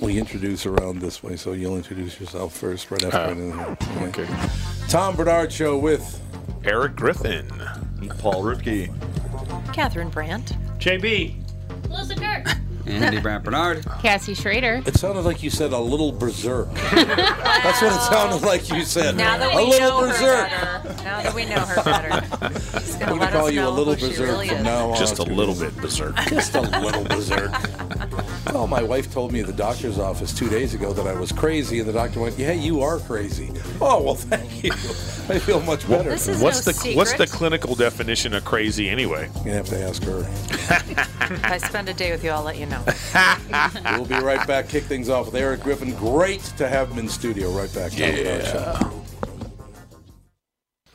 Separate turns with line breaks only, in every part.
only introduce around this way, so you'll introduce yourself first right after
Oh.
I do that.
Okay.
Tom Bernard Show with
Eric Griffin.
Paul Ripke.
Catherine Brandt.
JB.
Melissa Kirk.
Andy Brandt Bernard.
Cassie Schrader.
It sounded like you said a little berserk. That's what it sounded like you said.
Now that
a
we
little
know
berserk.
her better. Now that we know her better. She's
I'm
gonna
going
let
to call
us
you a
know
little
who she
berserk
really
from
is.
now on.
Just a
too.
little bit berserk.
Just a little berserk. Well, my wife told me at the doctor's office two days ago that I was crazy, and the doctor went, "Yeah, you are crazy." Oh well, thank you. I feel much better.
This is
What's
no
the what's the
secret.
clinical definition of crazy anyway?
You have to ask her.
If I spend a day with you, I'll let you know.
We'll be right back. Kick things off with Eric Griffin. Great to have him in studio. Right back. Yeah.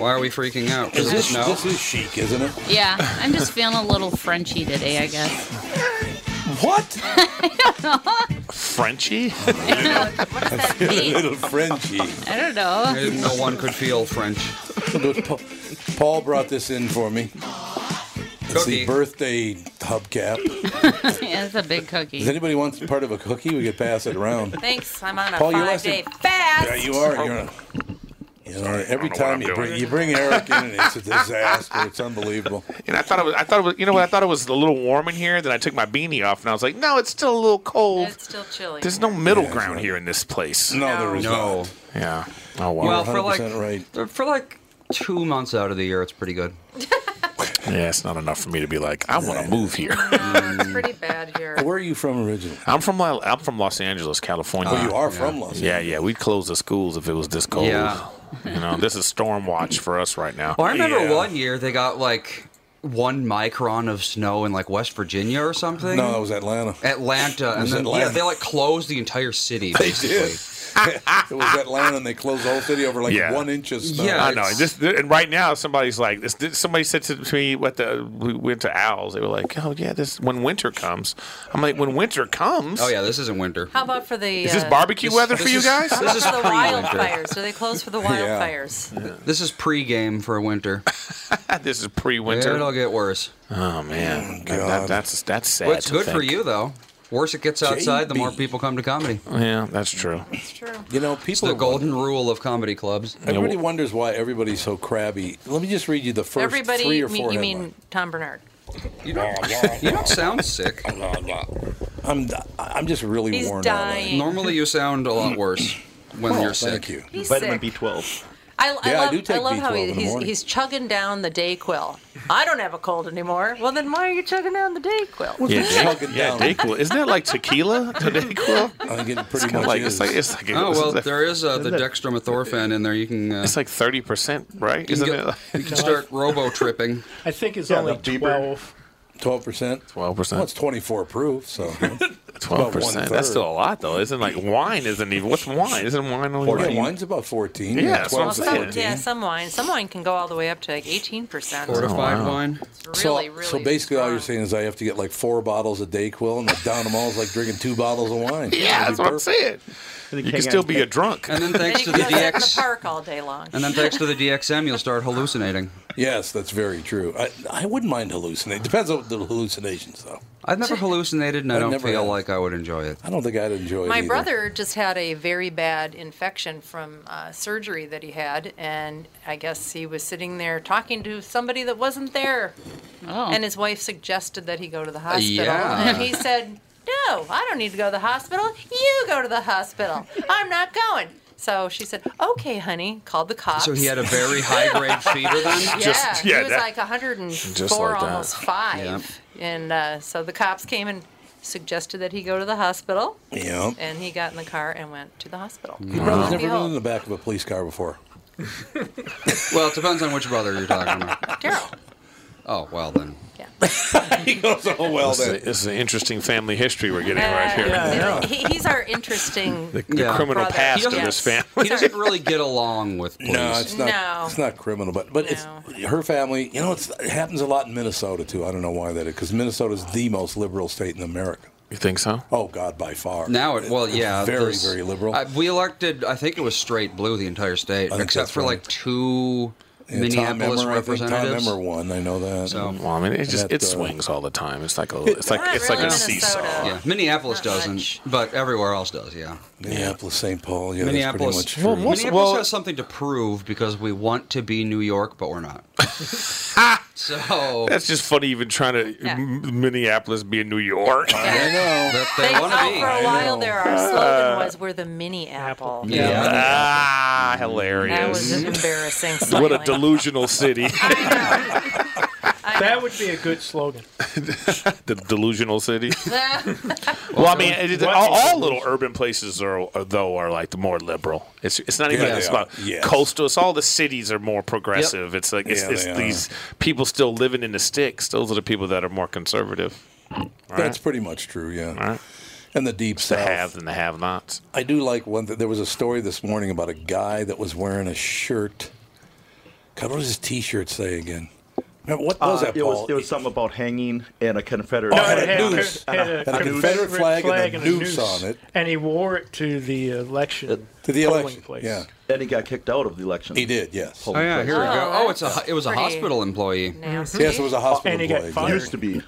Why are we freaking out? Does it snow?
is chic, isn't it?
Yeah, I'm just feeling a little Frenchy today, I guess.
What?
Frenchie?
What does that mean?
Little Frenchie.
I don't know.
I didn't know one could feel French.
Paul brought this in for me. It's the
Cookie.
birthday hubcap.
Yeah, it's a big
Does
cookie.
anybody want part of a cookie? We could pass it around.
Thanks. I'm on a
Paul, you lost
five-day
it.
fast.
Yeah, you are. You're on. You know, every
know what
time
I'm
you bring,
doing.
you bring Eric in, and it's a disaster. It's unbelievable.
And I thought it was I thought it was you know what I thought it was a little warm in here. Then I took my beanie off and I was like, no, it's still a little cold.
It's still chilly.
There's no middle
Yeah, it's
ground
right.
here in this place.
No, there is
No.
not.
Yeah. Oh wow.
Well,
You're
for like
100%
for like two months out of the year, it's pretty good.
yeah, it's not enough for me to be like, I want to move here.
No, it's pretty bad here.
Where are you from originally?
I'm from La- I'm from Los Angeles, California.
Well, you are from Los
Ah, Oh, Yeah, yeah. We'd close the schools if it was this cold.
Yeah.
You know, this is storm watch for us right now.
Well, I remember
Yeah.
one year they got like one micron of snow in like West Virginia or something.
No, that was Atlanta.
Atlanta, and
was
then
Atlanta.
yeah, they like closed the entire city. Basically.
It was Atlanta, and they closed the whole city over like
Yeah.
one inch of snow.
Yeah.
I know. And, this, and right now, somebody's like, this, this- somebody said to me, "What the?" We went to owls. They were like, "Oh yeah, this when winter comes." I'm like, "When winter comes?
Oh yeah, this isn't winter.
How about for the?
Is this
uh,
barbecue weather for
this
you
is-
guys?
How about
This
for
is
the
pre-winter.
wildfires? Do they close for the wildfires?
This is pre-game for winter.
Ah, this is pre-winter.
It'll get worse.
Oh man, That- that-
God.
that's that's sad.
What's
to
good for
think.
you though? worse it gets outside, the more
JB.
people come to comedy.
Yeah, that's true.
It's true.
You know, people
It's the
are
golden rule of comedy clubs.
Everybody wonders why everybody's so crabby. Let me just read you the first
Everybody,
three or
me-
four.
you
headlines.
mean Tom Bernard?
You don't sound sick.
I'm I'm just really
He's
worn
dying.
Normally, you sound a lot worse when
out.
you're
Oh,
sick.
thank you.
He's
Vitamin
sick.
B12.
I, I
Yeah, I
love,
do take
love
B12
how
in
he,
the
he's,
morning.
he's chugging down the Dayquil. I don't have a cold anymore. Well, then why are you chugging down the Dayquil?
Yeah,
Chugging
Day- yeah,
down.
Dayquil. Isn't that like tequila? The Dayquil?
I think it pretty much
Like
is.
it's like it's like
Oh well,
it's, like,
there is uh, the dextromethorphan in there. You can uh,
it's like thirty percent, right?
you
Isn't
can,
it
go-
like Oh,
you can start robo tripping.
I think it's
Yeah,
only
the Bieber.
12.
Twelve percent.
12%.
Well, it's twenty-four proof. So
twelve
one
percent?
third.
That's still a lot, though. Isn't like wine? Isn't even what's wine? Isn't wine only?
yeah,
like-
wine's about fourteen.
Yeah, that's what I'm
twelve's
saying.
fourteen.
Yeah, some wine. Some wine can go all the way up to like 18%.
Fortified
wow.
wine.
It's
So,
really, really
so basically, all you're
strong.
saying is I have to get like four bottles of Dayquil, and down them all is like drinking two bottles of wine.
Yeah, that's what I'm saying. You can still be a drunk.
And then
And
thanks
you
to
can
the
go sit in the
DX,
park all day long.
and then thanks to the DXM, you'll start hallucinating.
Yes, that's very true. I, I wouldn't mind hallucinating. Depends on the hallucinations, though.
I've never hallucinated, and I
I've
don't
never
feel
had.
like I would enjoy it.
I don't think I'd enjoy it.
My
either.
brother just had a very bad infection from uh, surgery that he had, and I guess he was sitting there talking to somebody that wasn't there.
Oh.
And his wife suggested that he go to the hospital.
Yeah.
And he said, No, I don't need to go to the hospital. You go to the hospital. I'm not going. So she said, Okay, honey, called the cops.
So he had a very high grade fever then.
yeah,
Just-
he
yeah,
was
that-
like 104,
Just like that.
almost five. And uh, so the cops came and suggested that he go to the hospital.
Yeah.
And he got in the car and went to the hospital.
Your brother's
Lo and
never been in the
behold,
back of a police car before.
Well, it depends on which brother you're talking about.
Daryl.
Oh well, then.
Yeah.
he goes, oh well
This is,
then.
a- this is an interesting family history we're getting right here.
Uh, He, he's our interesting.
The, the
Yeah.
criminal
Brother.
past of
Yes.
this family.
He doesn't really get along with police.
No, it's not.
No.
It's not criminal, but but it's her family. You know, it's, it happens a lot in Minnesota too. I don't know why that is because Minnesota is the most liberal state in America.
You think so?
Oh God, by far.
Now it well
It's
yeah
very
this-
very liberal.
I, we elected I think it was straight blue the entire state
think
except
that's
for like
right.
two
Yeah,
Minneapolis
Tom Emmer, I think
representatives.
Tom Emmer won. I know that.
So-
Well, I mean, it just
that,
it
uh,
swings all the time. It's like a it's like
Not
it's
really
like a
Minnesota.
seesaw.
yeah, Minneapolis
Not
doesn't,
much.
but everywhere else does. Yeah,
Minneapolis, St. Paul. Yeah,
Minneapolis.
That's pretty much true.
most-
Minneapolis
well-
has something to prove because we want to be New York, but we're not. so
That's just funny, even trying to
Yeah.
M- Minneapolis be in New York.
I know.
that
They
they
felt
want to
for a
be.
while
know.
there. Our slogan was, "We're the mini apple."
Yeah.
ah,
That was
hilarious!
an embarrassing.
What a
slightly.
delusional city!
That would be a good slogan.
the delusional city.
That's
Well, I mean, it, it- all, all little urban places are are- though are like the more liberal. It's it's not even
Yeah,
it's
they
about
are. Yes.
coastal. It's all the cities are more progressive. It's like it's,
Yeah,
it's
they are.
these people still living in the sticks. Those are the people that are more conservative.
That's pretty much true. Yeah.
All right,
And the deep
the
south.
haves and the have-nots.
I do like one. Th- there was a story this morning about a guy that was wearing a shirt. God, what does his T-shirt say again? Remember, what was
Uh,
that,
it,
Paul?
was, it was something about hanging and a Confederate.
Oh, had a
Had
noose.
had a
Had a Confederate flag and a noose on it.
And he wore it to the election
to the
polling
election.
place.
Yeah,
and he got kicked out of the election.
he did. Yes.
Oh yeah, here we go.
Oh,
Oh, it's a ho- it was a
pretty-
hospital employee.
nasty.
Yes, it was a hospital
And he got
employee.
fired.
yeah.
Used to be.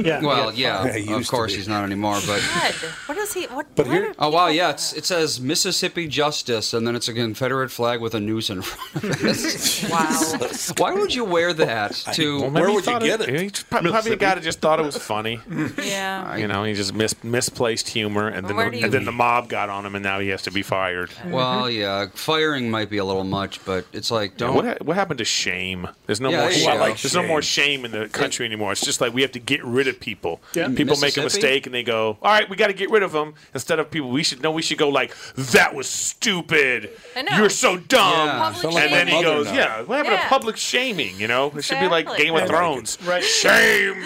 Yeah.
Well, yeah,
Yeah, he
of
used to
course
be.
he's not anymore, but
God, What is he? What?
But
what
here-
are
Oh wow,
people-
yeah, it's, it says Mississippi Justice, and then it's a Confederate flag with a noose in front of it.
Wow.
Why would you wear that to?
Where would you get it?
He just- probably probably a guy that just thought it was funny.
yeah.
you know, he just mis- misplaced humor, and then
Where
the,
do you-
and then the mob got on him, and now he has to be fired.
Well, yeah, firing might be a little much, but it's like don't.
What ha- what happened to shame? There's no
Yeah,
more
there you
shame.
go. I like
there's no more shame in the country anymore. It's just like we have to get rid of people.
Yeah.
People make a
Mississippi?
mistake and they go, "All right, we got to get rid of them." Instead of people, we should no, we should go like, "That was stupid.
I know.
You're so dumb."
Yeah.
Public
Sounds like
And then
my
he
mother
goes,
now.
"Yeah, what happened
Yeah.
to public shaming? You know, it should be like
Exactly.
Game of Thrones.
Right.
Shame,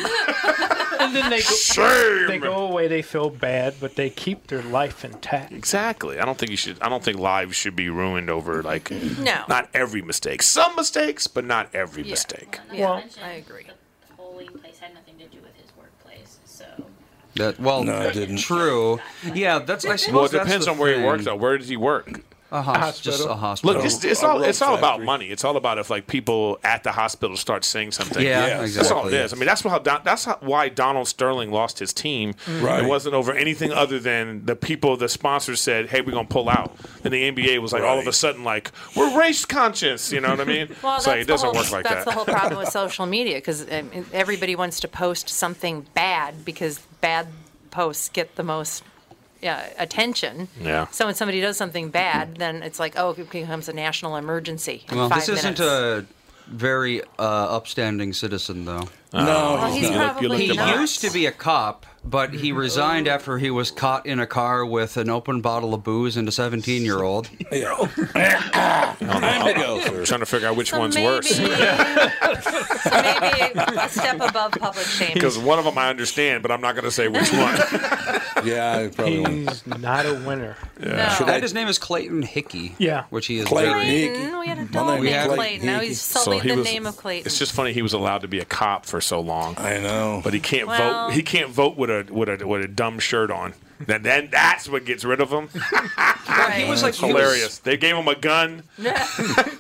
And then they go, they
shame."
go away, they feel bad, but they keep their life intact.
Exactly. I don't think you should. I don't think lives should be ruined over like
No.
not every mistake. Some mistakes, but not every mistake.
Yeah,
Well-
I agree.
The polling place had nothing to do with his workplace, so.
That well,
No, it didn't.
true. Yeah, that's. I suppose
Well, it
that's
depends
the
on where he
thing.
worked. Though, where does he work?
A hos- just a hospital.
Look, just, it's
a
all
road
it's all about
factory.
money. It's all about if like people at the hospital start saying something.
Yeah,
Yeah, exactly.
That's all it is. I mean, that's how Don, that's how, why Donald Sterling lost his team.
Right.
It wasn't over anything other than the people, the sponsors said, "Hey, we're gonna pull out." Then the NBA was like, all of a
Right.
sudden, like we're race conscious. You know what I mean?
Well,
it's
that's
like it
the
doesn't
whole,
work like
that's
that.
the whole problem with social media because everybody wants to post something bad because bad posts get the most yeah, attention.
Yeah.
So when somebody does something bad, then it's like, oh, it becomes a national emergency. in
Well,
five
this
minutes.
isn't a very uh, upstanding citizen, though.
no,
Well,
Oh.
he's
he's not.
probably
He
not.
used to be a cop, but he resigned after he was caught in a car with an open bottle of booze and a 17 year old.
Time to go,
I'm
sir.
trying to figure out which
So
one's
maybe,
worse.
so maybe a step above public shaming.
Because one of them I understand, but I'm not going to say which one.
Yeah, I probably won't.
He's not a winner.
No.
And his name is Clayton Hickey.
Yeah.
Which he is
Clayton
very.
Clayton, we had a dog
name is
named
Clayton
Clayton. Now
Hickey.
he's
So
sullied
he
the
was-
name of Clayton.
It's just funny he was allowed to be a cop for so long.
I know.
But he can't
Well-
vote. He can't vote with a with a with a dumb shirt on. Then then that's what gets rid of him.
He was like he was-
Hilarious. they gave him a gun.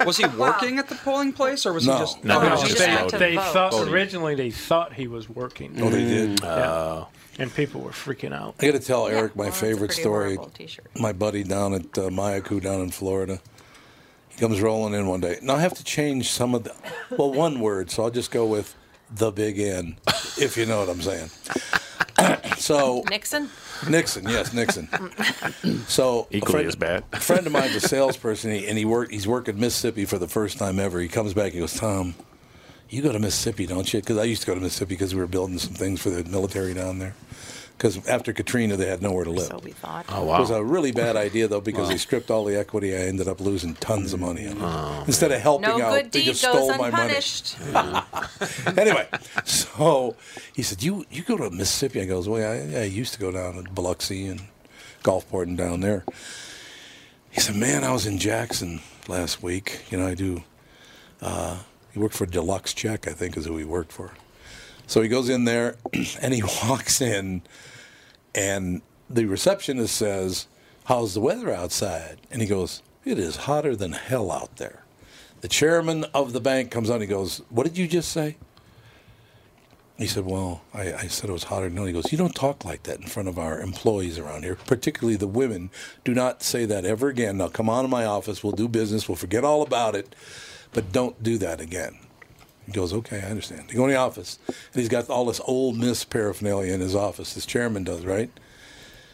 Was, he working at the polling place or was
No.
he just?
No,
Oh,
he was
just-
just
had
voting.
to
They
vote.
thought originally they thought he was working,
Oh, they did.
Yeah. and people were freaking out.
I got to tell Eric
Yeah, well,
my
that's a
favorite
pretty
story.
horrible t-shirt.
My buddy down at uh, Mayaku down in Florida. He comes rolling in one day. Now I have to change some of the, well, one word. So I'll just go with the big N, if you know what I'm saying. so
Nixon?
Nixon, yes, Nixon. So a
Equally as bad.
A friend of mine's a salesperson, and he- and he worked. He's working Mississippi for the first time ever. He comes back, he goes, Tom, you go to Mississippi, don't you? Because I used to go to Mississippi because we were building some things for the military down there. Because after Katrina, they had nowhere to live.
So we thought.
Oh,
It was a really bad idea though because they stripped all the equity. I ended up losing tons of money. on it. Instead of helping
No
out,
good
they
deed
just
goes
stole my money.
unpunished.
anyway, so he said, "You you go to Mississippi?" I goes, "Well, I, I used to go down to Biloxi and Gulfport and down there." He said, "Man, I was in Jackson last week. You know, I do. Uh, he worked for Deluxe Check, I think, is who he worked for. So he goes in there, and he walks in, and the receptionist says, "How's the weather outside?" And he goes, "It is hotter than hell out there." The chairman of the bank comes on. He goes, "What did you just say?" He said, Well, I, I said it was hotter than hell. He goes, You don't talk like that in front of our employees around here, particularly the women. Do not say that ever again. Now come on to my office. We'll do business. We'll forget all about it, but don't do that again. He goes, Okay, I understand. They go in the office, and he's got all this old Miss paraphernalia in his office. His chairman does, right?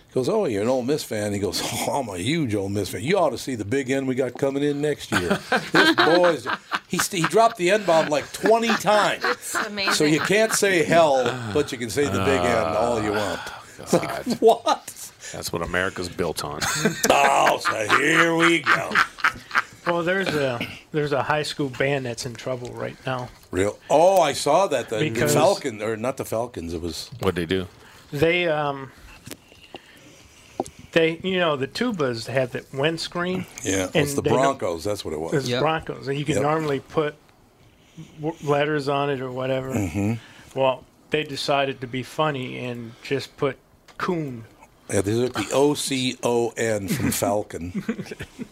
He goes, Oh, you're an old Miss fan. He goes, Oh, I'm a huge old Miss fan. You ought to see the big end we got coming in next year. this boy's. He, st- he dropped the N bomb like 20 times.
It's amazing.
So you can't say hell, but you can say the big N all you want. It's like, what?
That's what America's built on.
Oh, so here we go.
Well, there's a there's a high school band that's in trouble right now.
Real. Oh, I saw that. The, the
Because-
Falcon, or not the Falcons. It was.
What'd they do?
They um they you know the tubas have that windscreen.
Yeah, it
And
was the
they don't-
Broncos. That's what it was.
It's
Yep.
Broncos, and you can
Yep.
normally put w- letters on it or whatever.
Mm-hmm.
Well, they decided to be funny and just put coon.
Yeah, these are the O C O N from Falcon.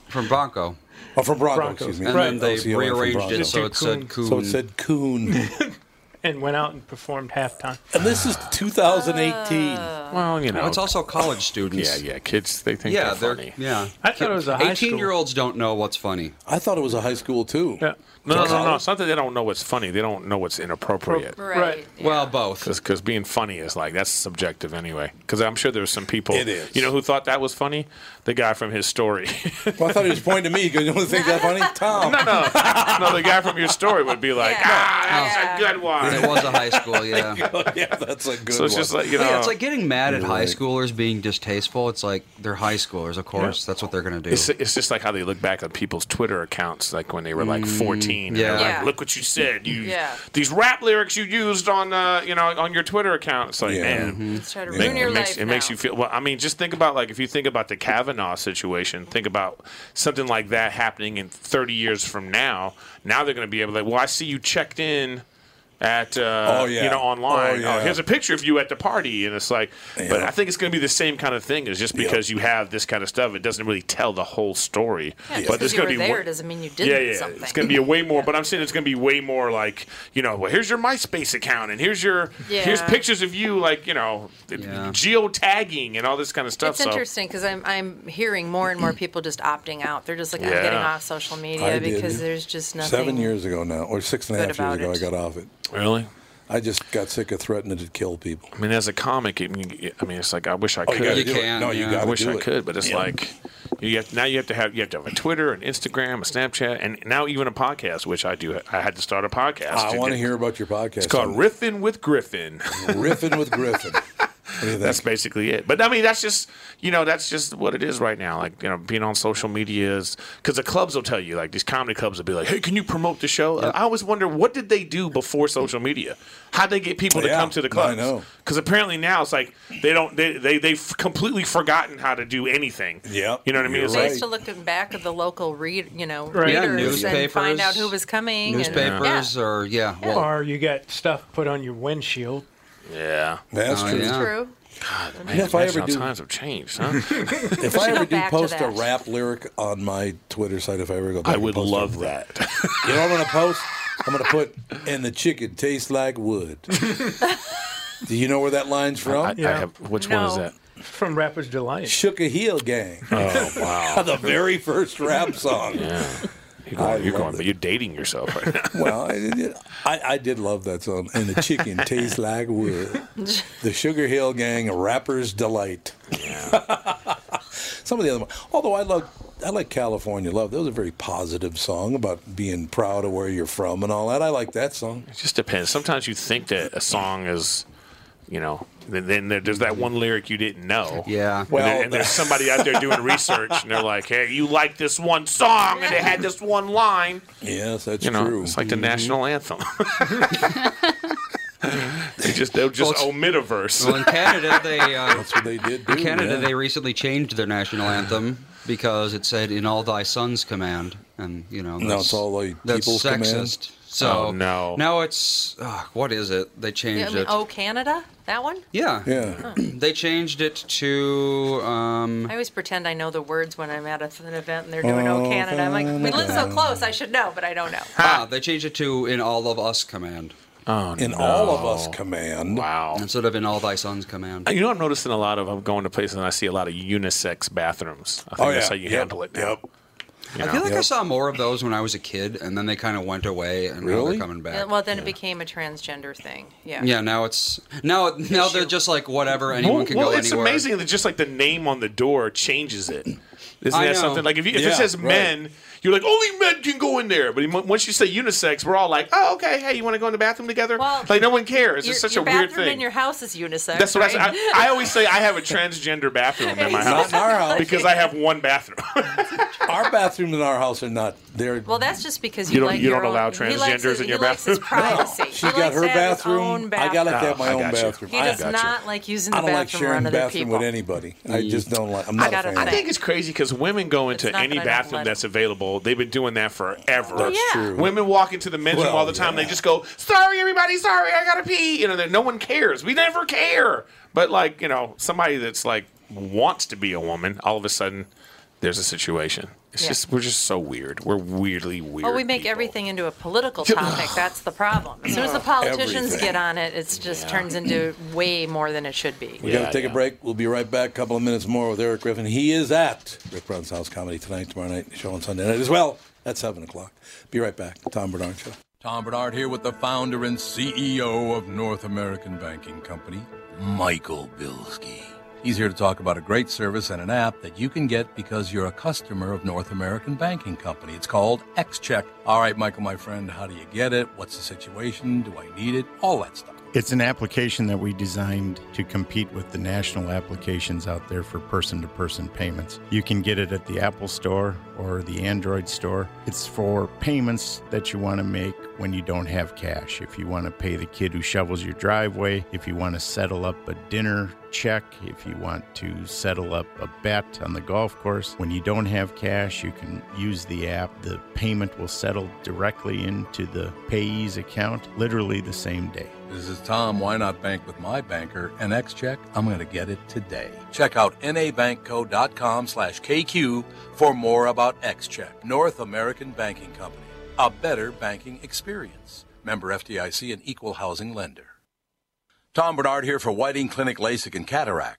from Bronco,
oh, from Broncos,
Broncos.
excuse me.
and then they
OCON from
rearranged
Broncos.
it so it said
Just
coon.
So it said Coon.
and went out and performed halftime.
and this is 2018.
Well, you know.
Oh, it's also college
yeah,
students.
yeah. Kids, they think
Yeah,
they're,
they're,
funny.
yeah.
I thought it was a high school.
Eighteen-year-olds don't know what's funny.
I thought it was a high school, too.
Yeah.
No, no, no, no. It's not that they don't know what's funny. They don't know what's inappropriate.
right.
Right.
Well, both.
Because being funny is like that's subjective anyway. Because I'm sure there's some people
It is.
you know who thought that was funny. The guy from his story.
Well, I thought he was pointing to me because you only think that's funny? Tom.
no, no, the guy from your story would be like,
Yeah.
ah, that's
Yeah.
a good one.
It was a high school, yeah.
yeah, that's a good
So it's
one.
just like you know,
Yeah, it's like getting mad at high schoolers being distasteful. It's like they're high schoolers, of course. That's what they're gonna do.
It's, it's just like how they look back at people's Twitter accounts, like when they were like 14. and
Mm, yeah.
they're like,
Yeah.
Look what you said. You
Yeah.
these rap lyrics you used on uh, you know on your Twitter account. It's like
Yeah.
man,
Mm-hmm.
Let's try to
make-
ruin your
it makes,
life
it makes
now.
you feel. Well, I mean, just think about like if you think about the Kavanaugh situation, think about something like that happening in 30 years from now. Now they're going to be able to like, well, I see you checked in. at uh,
Oh, yeah.
you know online.
Oh, yeah.
here's a picture of you at the party, and it's like. But
Yeah.
I think it's going to be the same kind of thing. Is just
Yeah.
because you have this kind of stuff, it doesn't really tell the whole story.
Yeah,
but
but
there's
you
going
were
to be
there
wa-
doesn't mean you did
yeah, yeah.
something.
It's going to be a way more, but I'm saying it's going to be way more like you know, well, here's your MySpace account, and here's your here's
Yeah.
pictures of you, like you know,
Yeah.
geo geotagging and all this kind of stuff.
It's
so
interesting because I'm I'm hearing more and more people just opting out. They're just like I'm
Yeah.
getting off social media
I did.
because there's just nothing.
Seven years ago now, or six and a
good
half years
about
ago,
it.
I got off it.
really,
I just got sick of threatening to kill people.
I mean, as a comic, it, I mean, it's like I wish I
Oh,
could.
gotta
You
do it.
can,
No, you
yeah.
got
I
to
wish
do
I
it.
could, but it's
Yeah.
like you have now you have to have you have to have a Twitter, an Instagram, a Snapchat, and now even a podcast, which I do. I had to start a podcast.
I want to hear about your podcast.
It's called Riffin with Griffin.
Riffing with Griffin. What do you think?
that's basically it. But I mean, that's just you know that's just what it is right now. Like you know, being on social media is because the clubs will tell you like these comedy clubs will be like, hey, can you promote the show? I always wonder what did they do before social media? How would they get people to
Yeah,
come to the
I
clubs?
know.
Because apparently now it's like they don't they they they've completely forgotten how to do anything.
Yeah,
you know what I mean?
you're
It's
I
like
right.
used to look at back at the local read, you know,
Right. Yeah,
readers and
newspapers,
find out who was coming. and-
Newspapers
yeah.
or yeah, well,
Or you got stuff put on your windshield.
yeah.
That's
Oh,
true.
yeah.
True.
Man,
if I
imagine
ever
how
do-
times have changed, huh?
If I
should
ever
go
do
back to
post a
that.
rap lyric on my Twitter site, if I ever go back,
I
and
would
post
love
it.
that.
You know what I'm gonna post? I'm gonna put, and the chicken tastes like wood. do you know where that line's from?
I, I have, which one is
No.
that?
From Rapids Delight.
Shook a heel gang.
Oh wow.
the very first rap song.
You're
I
going, you're
love
going
it.
but you're dating yourself right now.
Well, I, did- I, I did love that song. And the chicken tastes like wood. The Sugar Hill Gang, Rapper's Delight. Some of the other ones. Although I love, I like California Love. That was a very positive song about being proud of where you're from and all that. I like that song.
It just depends. Sometimes you think that a song is, you know, then, then there- there's that one lyric you didn't know.
yeah.
Well,
and, there- and there's somebody out there doing research, and they're like, "Hey, you like this one song, and it had this one line."
Yes, that's
You know,
true.
it's like
Mm-hmm.
the national anthem. they just they'll just
Well, it's-
omit a verse.
Well, in Canada, they uh,
that's what they did. Do,
in Canada
yeah.
they recently changed their national anthem because it said "In all thy sons' command," and you know
No, it's all thy
that's
people's command.
sexist. So
Oh, no.
now it's uh, what is it? They
Yeah, I
changed
mean,
it.
oh, Canada, that one.
yeah,
Yeah.
They changed it to um,
I always pretend I know the words when I'm at a- an event and they're doing
Oh,
"Oh Canada." I'm like, we live so close, I should know, but I don't know.
ah, they changed it to "In all of us command"
oh,
In
no.
all of us command.
Wow.
instead of "In all thy sons' command."
You know, I'm noticing a lot of. I'm going to places and I see a lot of unisex bathrooms. I think that's how you
Oh, Yep.
handle it. Now.
Yep.
You
I
know?
feel like I
Yep.
saw more of those when I was a kid, and then they kind of went away, and now
Really?
they're coming back.
And, well, then it became a transgender thing. Yeah.
yeah, now it's now now they're just like whatever anyone
well,
can
well,
go
it's
anywhere.
amazing that just like the name on the door changes it. Isn't
I
that
know.
something? Like if, you, if it
Yeah,
says
right.
men, you're like only men can go in there. But mo- once you say unisex, we're all like, oh okay, hey, you want to go in the bathroom together?
Well,
like no one cares.
Your,
It's such
your
a weird
bathroom
thing.
in your house is unisex.
That's what I say.
right?
I, I always say I have a transgender bathroom in my
Not
house
in our house.
because I have one bathroom.
our bathrooms in our house are not. They're
Well, that's just because
You
you,
don't-
like
you don't
your own-
allow
he
transgenders
likes his-
in your
he likes his
bathroom.
privacy.
Oh, She
He
got
likes
her
to have his
bathroom.
own
I gotta
bathroom.
have my
Oh, I
own
got you.
bathroom.
He
I,
does
got you.
not like using the
I don't
bathroom
like sharing
around other
bathroom
people.
with anybody. I just don't like. I'm
I
not a
gotta
fan.
I think it's crazy because women go into
not
any
that I don't
bathroom
let
that's
them.
available. They've been doing that forever.
That's
yeah.
true.
Women walk into the men's room
Well,
all the time.
yeah.
They just go, "Sorry, everybody. Sorry, I gotta pee." You know, that- no one cares. We never care. But like, you know, somebody that's like wants to be a woman, all of a sudden, there's a situation. It's
Yeah.
just we're just so weird. We're weirdly weird.
Well, we make
people.
everything into a political topic. That's the problem. As soon as the politicians
Everything.
get on it, it just turns into way more than it should be.
We
Yeah,
gotta take
yeah.
a break. We'll be right back. A couple of minutes more with Eric Griffin. He is at Rick Brown's House Comedy tonight, tomorrow night, show on Sunday night as well at seven o'clock. Be right back. Tom Bernard Show. Tom Bernard here with the founder and CEO of North American Banking Company, Michael Bilski. He's here to talk about a great service and an app that you can get because you're a customer of North American Banking Company. It's called XCheck. All right, Michael, my friend, how do you get it? What's the situation? Do I need it? All that stuff.
It's an application that we designed to compete with the national applications out there for person to person payments. You can get it at the Apple Store or the Android Store. It's for payments that you want to make when you don't have cash. If you want to pay the kid who shovels your driveway, if you want to settle up a dinner check, if you want to settle up a bet on the golf course, when you don't have cash, you can use the app. The payment will settle directly into the payee's account literally the same day.
This is Tom. Why not bank with my banker? NX check. I'm going to get it today. Check out nabankco.com slash KQ for more about XCheck, North American Banking Company. A better banking experience. Member FDIC and equal housing lender. Tom Bernard here for Whiting Clinic LASIK and Cataract.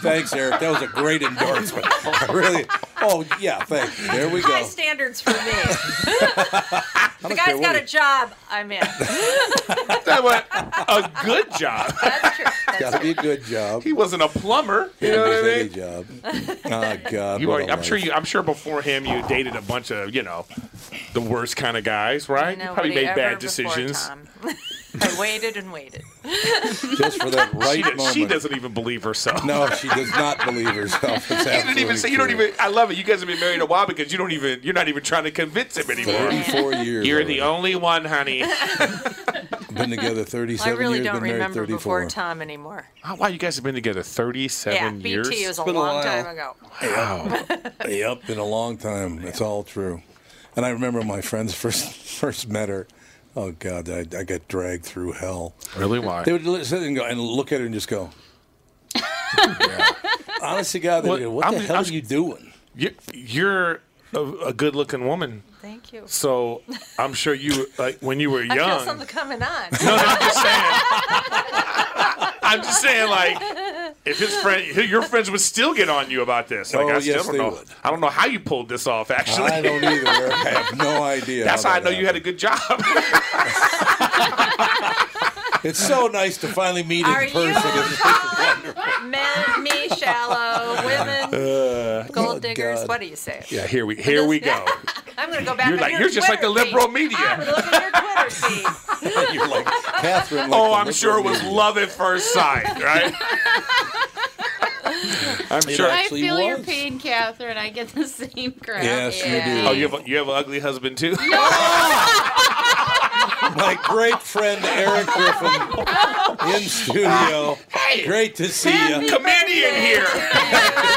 Thanks, Eric. That was a great endorsement. I really,
Oh yeah, thank you. There we
High
go.
standards for me. the
don't care
guy's
what
got
he-
a job. I'm in.
a good job.
Got to be a good job.
He wasn't a plumber. You know what I mean?
Any job. Oh
Ah,
God.
You
what
are,
a
I'm sure
life.
you. I'm sure before him, you dated a bunch of you know, the worst kind of guys, right? You probably
Nobody
made
ever
bad
before
decisions.
Tom. I waited and waited.
Just for that right
she, does-
moment.
she doesn't even believe herself.
No, she does not believe herself. It's
you didn't even say. You don't even. I love it. You guys have been married a while because you don't even. You're not even trying to convince him anymore.
34 years
You're
already.
the only one, honey.
Been together 37
I really
years.
don't
been married
remember
34.
before Tom anymore.
Oh, wow, you guys have been together 37
yeah,
years. oh,
BT was a long time ago.
Wow.
yep, been a long time. It's all true. And I remember my friends first first met her. Oh God, I, I got dragged through hell.
Really? Why?
They would li- sit and go and look at her and just go. Honestly, God, they
Well,
would go, what
I'm
the
just-
hell
I'm
are you doing?
You, you're a, a good-looking woman.
Thank you.
So I'm sure you like when you were
I feel
young.
something coming on.
I'm just saying, like, if his friend, your friends would still get on you about this. Like,
Oh,
I
yes,
still don't
they
know.
would.
I don't know how you pulled this off. Actually,
I don't either. I have no idea.
That's how I
that
know you had a good job.
happened. It's so nice to finally meet
Are
in
you
person.
calling men me shallow, women
Uh,
gold diggers?
God.
What do you say?
yeah, here we here we go.
I'm gonna go back.
You're
on
like-
your
you're just like the
Twitter
liberal
feed.
media.
I would look at your Twitter feed.
You're like Catherine. like
Oh,
the
I'm sure it
liberal
was
media.
love at first sight, right? I'm
It
sure.
I
actually
feel your
was.
pain, Catherine. I get the same crap.
Yes, you do.
Oh, you have a, you have an ugly husband too.
my great friend Eric Griffin in studio. Great to see you.
Comedian here.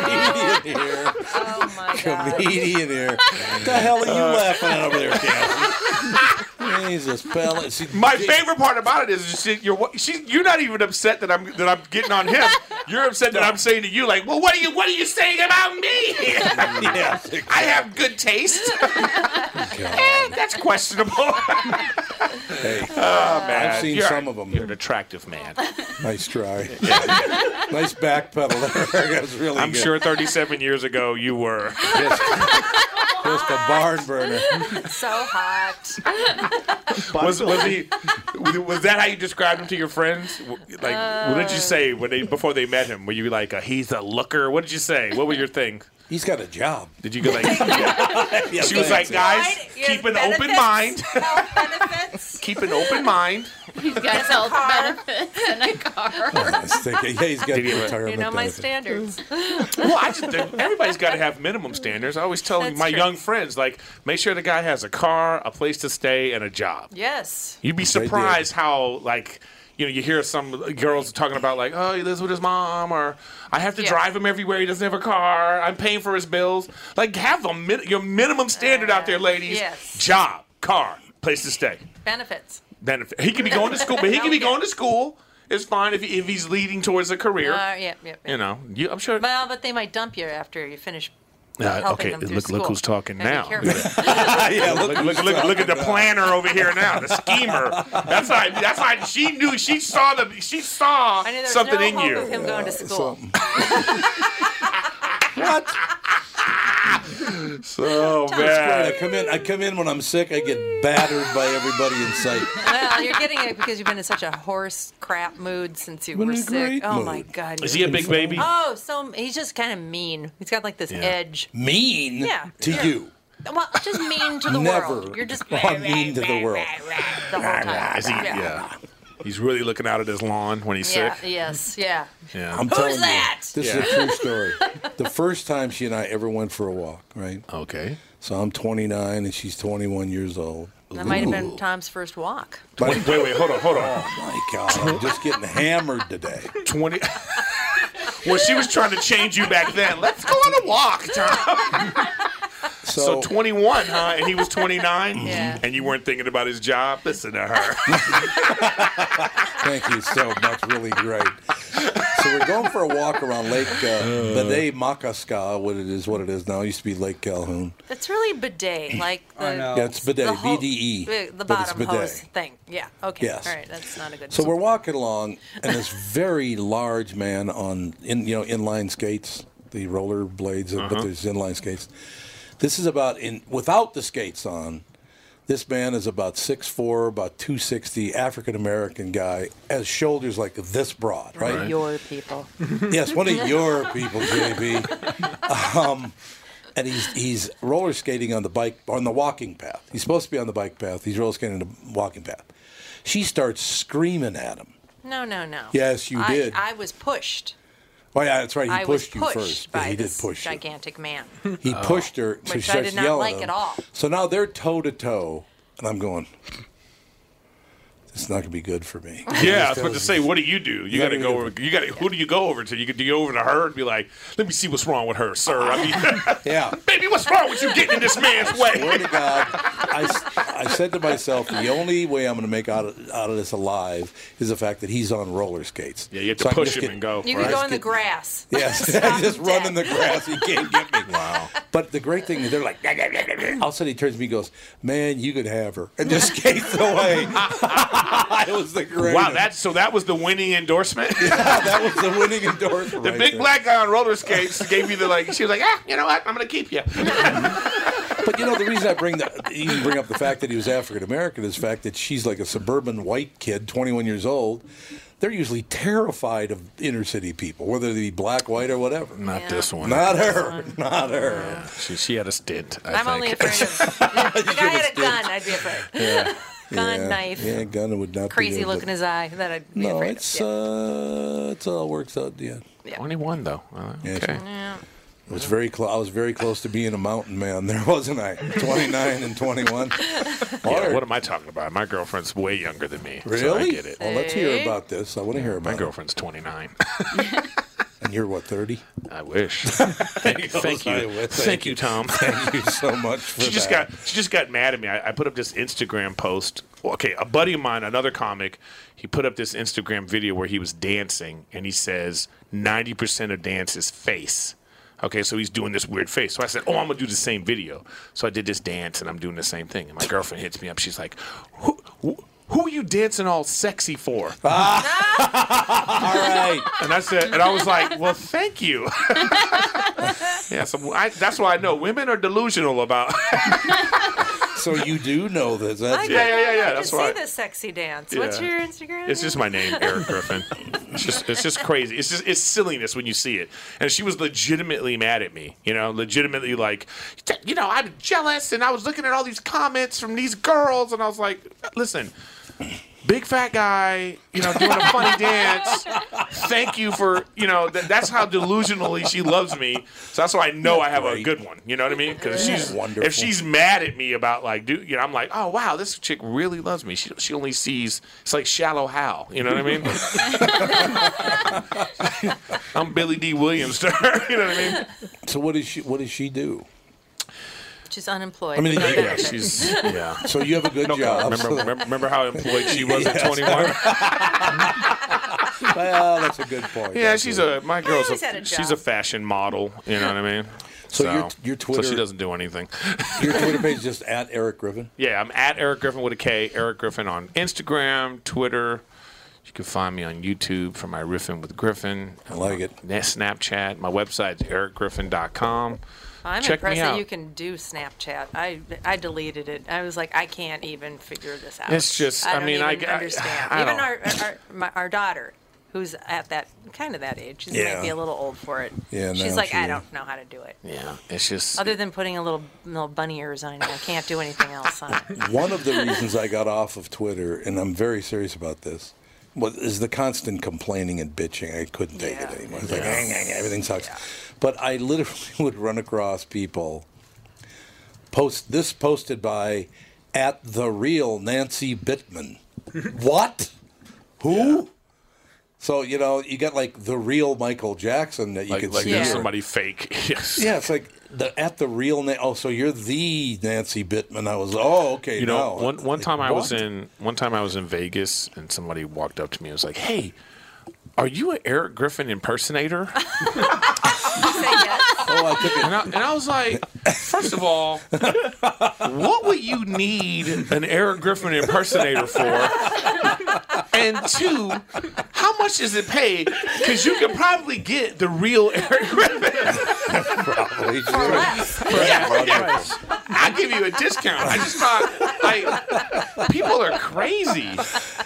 Comedian here.
Oh my god.
Comedian here. What the hell are you
Uh,
laughing at over there, Kathy? Jesus, pal. She,
My favorite part about it is she, you're what- she's, you're not even upset that I'm that I'm getting on him. You're upset that I'm saying to you like, well, what are you what are you saying about me? Mm.
Yes,
I have good taste. Eh, That's questionable.
hey,
oh, man.
I've seen
You're-
some of them.
You're an attractive man.
nice try. nice backpedal there. That was really
I'm
good.
sure 37 years ago you were.
Just, just a barn burner.
So hot.
Was, was he? Was that how you described him to your friends? W- Like, what did you say when they before they met him? Were you like, a, he's a looker? What did you say? What were your things?
He's got a job.
Did you go like? she was like,
thanks.
guys,
Right? Your
keep an
benefits,
open mind.
Health benefits.
Keep an open mind.
He's got health benefits and a car.
I was thinking, yeah, he's got
Did he-
retirement
You know my
benefits.
standards.
Well, I just think everybody's got to have minimum standards. I always tell
That's
my
true.
young friends like, make sure the guy has a car, a place to stay, and a job.
Yes.
You'd be
did.
surprised how like you know you hear some girls talking about like oh he lives with his mom or I have to
Yeah.
drive him everywhere he doesn't have a car I'm paying for his bills like have a min- your minimum standard out there ladies
yes.
job car place to stay
Benefits.
then if, he could be going to school but he could be going to school it's fine if, if he's leading towards a career
Uh, yeah, yeah, yeah.
you know you, I'm sure
Well, but they might dump you after you finish
Uh,
helping
okay
them through
look
school.
look who's talking
Gotta be
now
careful.
yeah, look,
Look, look, look, look at the planner over here now, the schemer. That's how. That's how she knew. She saw the. She saw
I knew there was
something in
no hope
you.
Of him going to school.
So
I
bad.
come in. I come in when I'm sick. I get battered by everybody in sight.
well, Oh, you're getting it because you've been in such a horse crap mood since you
Been
were
in a
sick.
great
Oh
mood.
my god.
Is he a big baby?
Oh, so he's just kind of mean. He's got like this edge.
Mean
Yeah.
to
Yeah.
you.
Well, just mean to the
Never
world. You're just
are mean to the world.
the whole time.
Is he? Yeah. He's really looking out at his lawn when he's
Yeah,
sick.
yes, yeah.
Yeah.
I'm telling
that?
you, this is a true story. The first time she and I ever went for a walk, right?
okay.
So I'm 29 and she's 21 years old.
That might have been Tom's first walk.
But,
Wait, wait, hold on, hold on.
oh my God, I'm just getting hammered today.
Twenty. well, she was trying to change you back then. Let's go on a walk, Tom.
So,
So, 21, huh? And he was 29,
Yeah.
and you weren't thinking about his job. Listen to her.
thank you so much. Really great. So we're going for a walk around Lake uh, Bidet Makaska, what it is, what it is now. It used to be Lake Calhoun.
It's really bidet, like the,
know.
Yeah, it's Bidet,
Oh, the ho-
BDE.
the- the
E, but it's
bottom
bidet.
hose thing. Yeah. Okay.
Yes.
All right. That's not a good.
So we're walking along, and this very large man on in you know inline skates the roller blades, but
Uh-huh.
there's inline skates. This is about in without the skates on. This man is about 6'4", about 260, African American guy, has shoulders like this broad, right?
Your people.
yes, one of your people, JB. Um, and he's he's roller skating on the bike on the walking path. He's supposed to be on the bike path. He's roller skating on the walking path. She starts screaming at him.
No, no, no.
Yes, you
I-
did.
I was pushed.
Oh yeah, that's right. He
I was
pushed you
pushed
first.
by
Yeah, he did
this
push. you.
gigantic man.
He pushed her, so
Which
she
I
starts
did not
yelling
like
him.
at all.
So now they're toe to toe, and I'm going. It's not going to be good for me.
Yeah, I was
This
about to
goes-
say, what do you do? You
Yeah,
got to
yeah,
go. Over, you got. to Who do you go over to? You could do you go over to her and be like, "Let me see what's wrong with her, sir." I mean,
yeah,
baby, what's wrong with you getting in this man's way?
Swear to God, I, s- I said to myself, the only way I'm going to make out of, out of this alive is the fact that he's on roller skates. Yeah, you
have to push him and go,
You could go in the grass.
Yes,
Stop
I just run in the grass. He can't get me. Wow. But the great thing is, they're like, "Nah, nah, nah, nah, nah." all of a sudden he turns to me and goes, Man, you could have her. And just skates away. it was the greatest.
Wow, that's so that was the winning endorsement.
that was the winning endorsement.
The
right
big
there.
black guy on roller skates gave you the like. She was like, "Ah, you know what? I'm gonna keep you."
But you know, the reason I bring that, even bring up the fact that he was African American is the fact that she's like a suburban white kid, 21 years old. They're usually terrified of inner city people, whether they be black, white, or whatever.
Not this one.
Not her. Not her.
She, she had a stint. I
I'm only afraid of. If I had a gun, I'd be afraid.
Yeah.
Gun,
yeah.
knife.
Yeah, gun would not. be
Crazy
good,
look
but-
in his eye. That I'd be
No,
afraid
it's uh, it's all works out. Yeah.
Twenty-one though. Uh, okay.
of. Yeah.
I was very close. I was very close to being a mountain man. There wasn't I? Twenty nine and twenty one.
Yeah, what am I talking about? My girlfriend's way younger than me. So I
Really?
get it.
Well, let's hear about this. I want to hear about.
My girlfriend's 29.
It. And you're what thirty?
I wish. Thank, thank you. Thank, you, Tom.
Thank you so much. For
she just
that.
got she just got mad at me. I, I put up this Instagram post. Okay, a buddy of mine, another comic, he put up this Instagram video where he was dancing, and he says ninety percent of dance is face. Okay, so he's doing this weird face. So I said, "Oh, I'm gonna do the same video." So I did this dance, and I'm doing the same thing. And my girlfriend hits me up. She's like, "Who, who, who are you dancing all sexy for?"
all right.
And I said, and I was like, "Well, thank you." yeah, so I, that's why I know women are delusional about.
so you do know this. That's
I
yeah, yeah,
don't
yeah,
know if
yeah.
I
That's
can
why.
see this sexy dance. What's
Yeah.
your Instagram?
It's just my name, Eric Griffin. It's just it's just crazy. It's just it's silliness when you see it. And she was legitimately mad at me, you know, legitimately like, you know, I'm jealous and I was looking at all these comments from these girls and I was like, listen, big fat guy, you know, doing a funny dance. Thank you for, you know, th- that's how delusionally she loves me. So that's why I know I have a good one. You know what I mean? Because
Yeah.
she's
Wonderful.
If she's mad at me about like, dude, you know, I'm like, oh wow, this chick really loves me. She she only sees it's like shallow Hal. You know what I mean? I'm Billy D. Williams to her. You know what I mean?
So what does she? What does she do?
She's unemployed.
I mean,
No
yeah,
benefits.
she's- yeah.
So you have a good
No,
job.
remember-
So-
remember- remember how employed she was at
Yes.
21?
well, that's a good point.
Yeah, she's a my girl's
always had
a,
a
she's a
job.
fashion model. You know what I mean?
So your- your
so
Twitter-
she doesn't do anything.
Your Twitter page is just at Eric Griffin.
Yeah, I'm at Eric Griffin with a K. Eric Griffin on Instagram, Twitter. You can find me on YouTube for my Riffin with Griffin. I
like it.
Snapchat. My website's ericgriffin.com.
I'm
Check
impressed
me out.
that you can do Snapchat. I I deleted it. I was like, I can't even figure this out.
It's just- I
don't
mean, I-
even
I-
understand.
I
even
don't-
our our our, my, our daughter, who's at that kind of that age, she
Yeah.
might be a little old for it.
Yeah,
she's
no,
like,
she
I
is.
don't know how to do it.
yeah, it's just
Other than putting a little little bunny ears on it, I can't do anything else on it.
One of the reasons I got off of Twitter, and I'm very serious about this, was is the constant complaining and bitching. I couldn't take it anymore. It's like,
Yeah.
"Ang, ang, everything sucks. But I literally would run across people post this posted by at the real Nancy Bittman. what? Who? So you know you got like the real Michael Jackson that you
like,
could
like
see.
there's
or-
somebody fake. Yes.
yeah, it's like the at the real name. Oh, so you're the Nancy Bittman. I was. Oh, okay.
You know,
now.
one one
Like,
time I was
what?
in one time I was in Vegas and somebody walked up to me and was like, "Hey, are you an Eric Griffin impersonator?"
Oh, I took it.
And I, and I was like, first of all, what would you need an Eric Griffin impersonator for? and two, how much does it pay? Because you could probably get the real Eric Griffin.
probably.
For less. Yeah, yeah. I'll give you a discount. I just thought, like, people are crazy.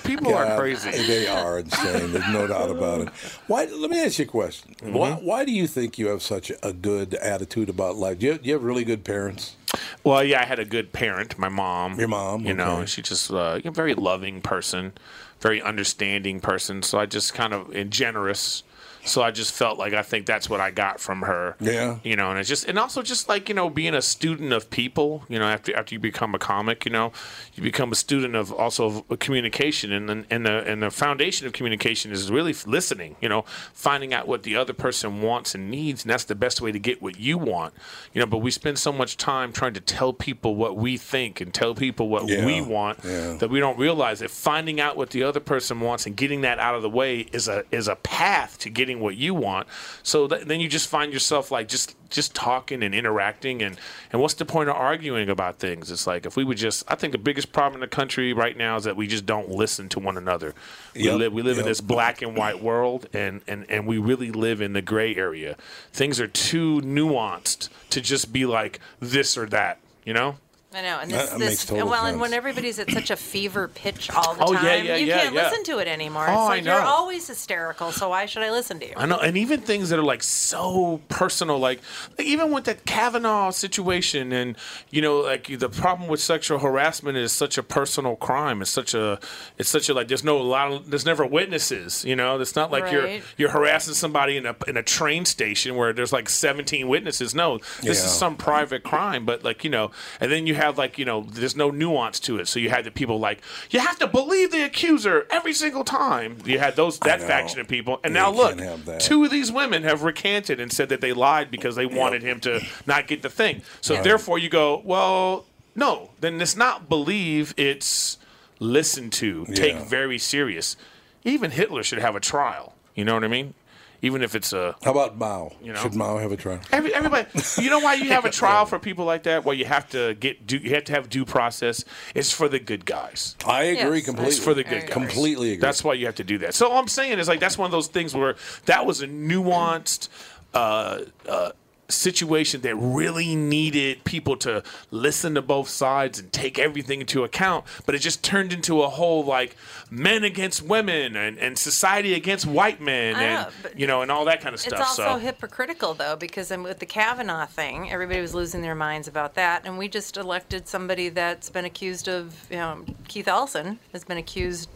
People
Yeah,
are crazy.
They are insane. There's no doubt about it. Why? Let me ask you a question.
Mm-hmm.
Why, why do you think you have such a good attitude about life? Do you, do you have really good parents?
Well, yeah, I had a good parent, my mom. Your mom, you know,
okay.
she just uh, a very loving person, very understanding person. So I just kind of and generous. So I just felt like I think that's what I got from her.
Yeah.
you know, and it's just and also just like you know being a student of people. You know, after after you become a comic, you know, you become a student of also of communication, and then and the and the foundation of communication is really f- listening. You know, finding out what the other person wants and needs, and that's the best way to get what you want. You know, but we spend so much time trying to tell people what we think and tell people what
Yeah.
we want that we don't realize that finding out what the other person wants and getting that out of the way is a is a path to getting what you want. So th- then you just find yourself like just just talking and interacting and and what's the point of arguing about things? It's like if we would just I think the biggest problem in the country right now is that we just don't listen to one another. We
Yep.
live we live in
Yep.
this black and white world and and and we really live in the gray area. Things are too nuanced to just be like this or that, you know?
I know, and
That-
this,
that
this
makes total
well, and
sense.
when everybody's at such a fever pitch all the
Oh, yeah,
time,
yeah,
you
yeah,
can't
yeah.
listen to it anymore.
Oh,
it's
I
like you're
know.
always hysterical, so why should I listen to you?
I know, and even things that are like so personal, like, like even with that Kavanaugh situation, and you know, like the problem with sexual harassment is such a personal crime. It's such a, it's such a like. There's no a lot. Of, there's never witnesses. You know, it's not like you're
Right.
you're harassing somebody in a in a train station where there's like 17 witnesses. No, this
Yeah.
is some private crime. But like you know, and then you have like you know, there's no nuance to it. So you had the people like you have to believe the accuser every single time. You had those that
know.
faction of people, and
Yeah,
now
you
look,
can't have that.
two of these women have recanted and said that they lied because they wanted him to not get the thing. So
Right.
therefore, you go, well, no, then it's not believe, it's listen to, take
Yeah.
very serious. Even Hitler should have a trial. You know what I mean? Even if it's a
How about Mao?
You know?
Should Mao have a trial?
Every, everybody, you know why you have a trial for people like that? Well, you have to get due, you have to have due process. It's for the good guys.
I agree Yes, completely.
It's for the
I
good
agree.
guys.
Completely agree.
That's why you have to do that. So all I'm saying is like that's one of those things where that was a nuanced. Uh, uh, situation that really needed people to listen to both sides and take everything into account but it just turned into a whole like men against women and, and society against white men
I know,
and
but
you know and all that kind of stuff
It's also
so
hypocritical though, because then with the Kavanaugh thing, everybody was losing their minds about that, and we just elected somebody that's been accused of, you know, Keith Ellison has been accused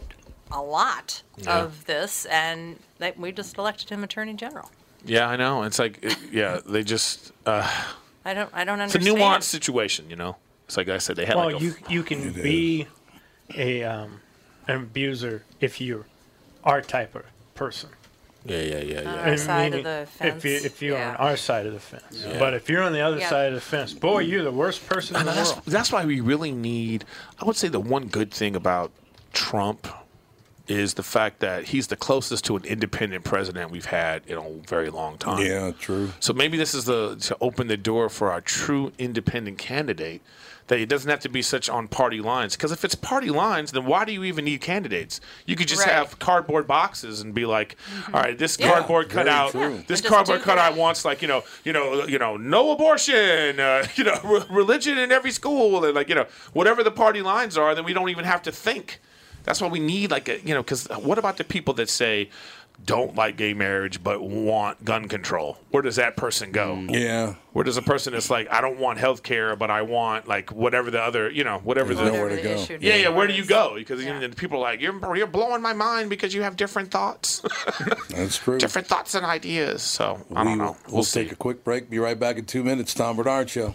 a lot
Yeah.
of this, and that we just elected him Attorney General.
Yeah, I know. It's like, it, yeah, they just. Uh,
I don't, I don't
it's a
understand.
nuanced situation, you know. It's like I said, they had
well,
like a.
you you can be a um, an abuser if you are type of person.
yeah, yeah, yeah, yeah.
I
our side of
mean,
the
If you,
fence,
if you
yeah.
are on our side of the fence,
Yeah.
but if you're on the other
Yeah.
side of the fence, boy, you're the worst person in
And
the
that's,
world.
that's why we really need. I would say the one good thing about Trump is the fact that he's the closest to an independent president we've had in a very long time.
Yeah, true.
So maybe this is the to open the door for our true independent candidate that it doesn't have to be such on party lines. Because if it's party lines, then why do you even need candidates? You could just
Right.
have cardboard boxes and be like, "All right, this cardboard
very
cutout,
true. Yeah,
this
and just
cardboard
do
cutout wants like you know, you know, you know, no abortion, uh, you know, re- religion in every school, and like you know, whatever the party lines are, then we don't even have to think. That's why we need like a you know, because what about the people that say don't like gay marriage but want gun control? Where does that person go?
Yeah.
Where does a person that's like, I don't want health care, but I want like whatever the other, you know, whatever
There's
the
nowhere to Whatever the go. issue
Yeah, yeah. Where do you go? Because you know, people are like, you're you're blowing my mind because you have different thoughts,
That's true.
different thoughts and ideas. So I
We-
don't know.
We'll, take a quick break. Be right back in two minutes. Tom Bernard Show.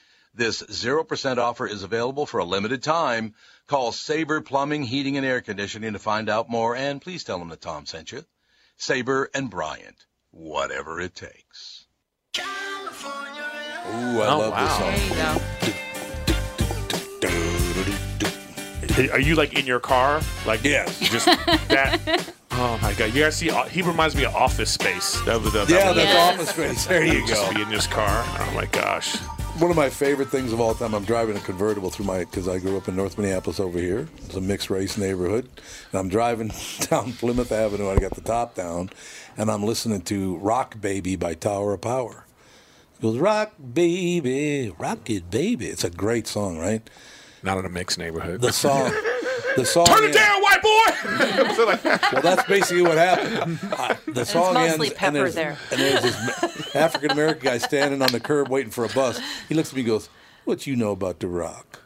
This 0% offer is available for a limited time. Call Sabre Plumbing, Heating, and Air Conditioning to find out more, and please tell them that Tom sent you. Sabre and Bryant, whatever it takes. Ooh, I
Oh,
love
wow.
this song.
There you go.
Are you like in your car? Like yes, just that. Oh my god, you guys see? He reminds me of Office Space. That was that, that
Yeah,
was-
that's Yes. Office Space. There you
Just
go.
Be in this car. Oh my gosh.
One of my favorite things of all time, I'm driving a convertible through my, because I grew up in North Minneapolis over here. It's a mixed race neighborhood. And I'm driving down Plymouth Avenue. I got the top down. And I'm listening to Rock Baby by Tower of Power. It goes, Rock Baby, Rock It Baby. It's a great song, right?
Not in a mixed neighborhood.
The song. The song.
Turn it
ends-
down, white boy. So like-
Well, that's basically what happened. Uh, the
It's
song
mostly
ends,
pepper
and there's,
there.
and there's this African American guy standing on the curb waiting for a bus. He looks at me and goes, What you know about The Rock?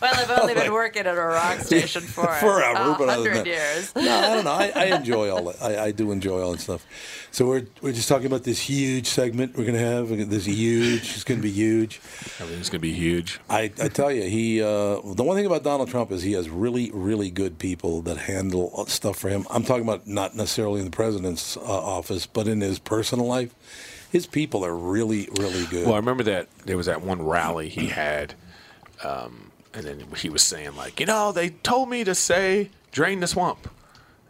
Well, I've only been working at a rock station for
Forever,
a
but other than
hundred
that-
years.
No, I don't know. I, I enjoy all that. I, I do enjoy all that stuff. So we're we're just talking about this huge segment we're gonna have. We're gonna- This huge, it's gonna be huge.
Everything's gonna be huge.
I, I tell you, he uh, the one thing about Donald Trump is he has really really good people that handle stuff for him. I'm talking about not necessarily in the president's uh, office, but in his personal life, his people are really really good.
Well, I remember that there was that one rally he had, um, and then he was saying like, you know, they told me to say drain the swamp.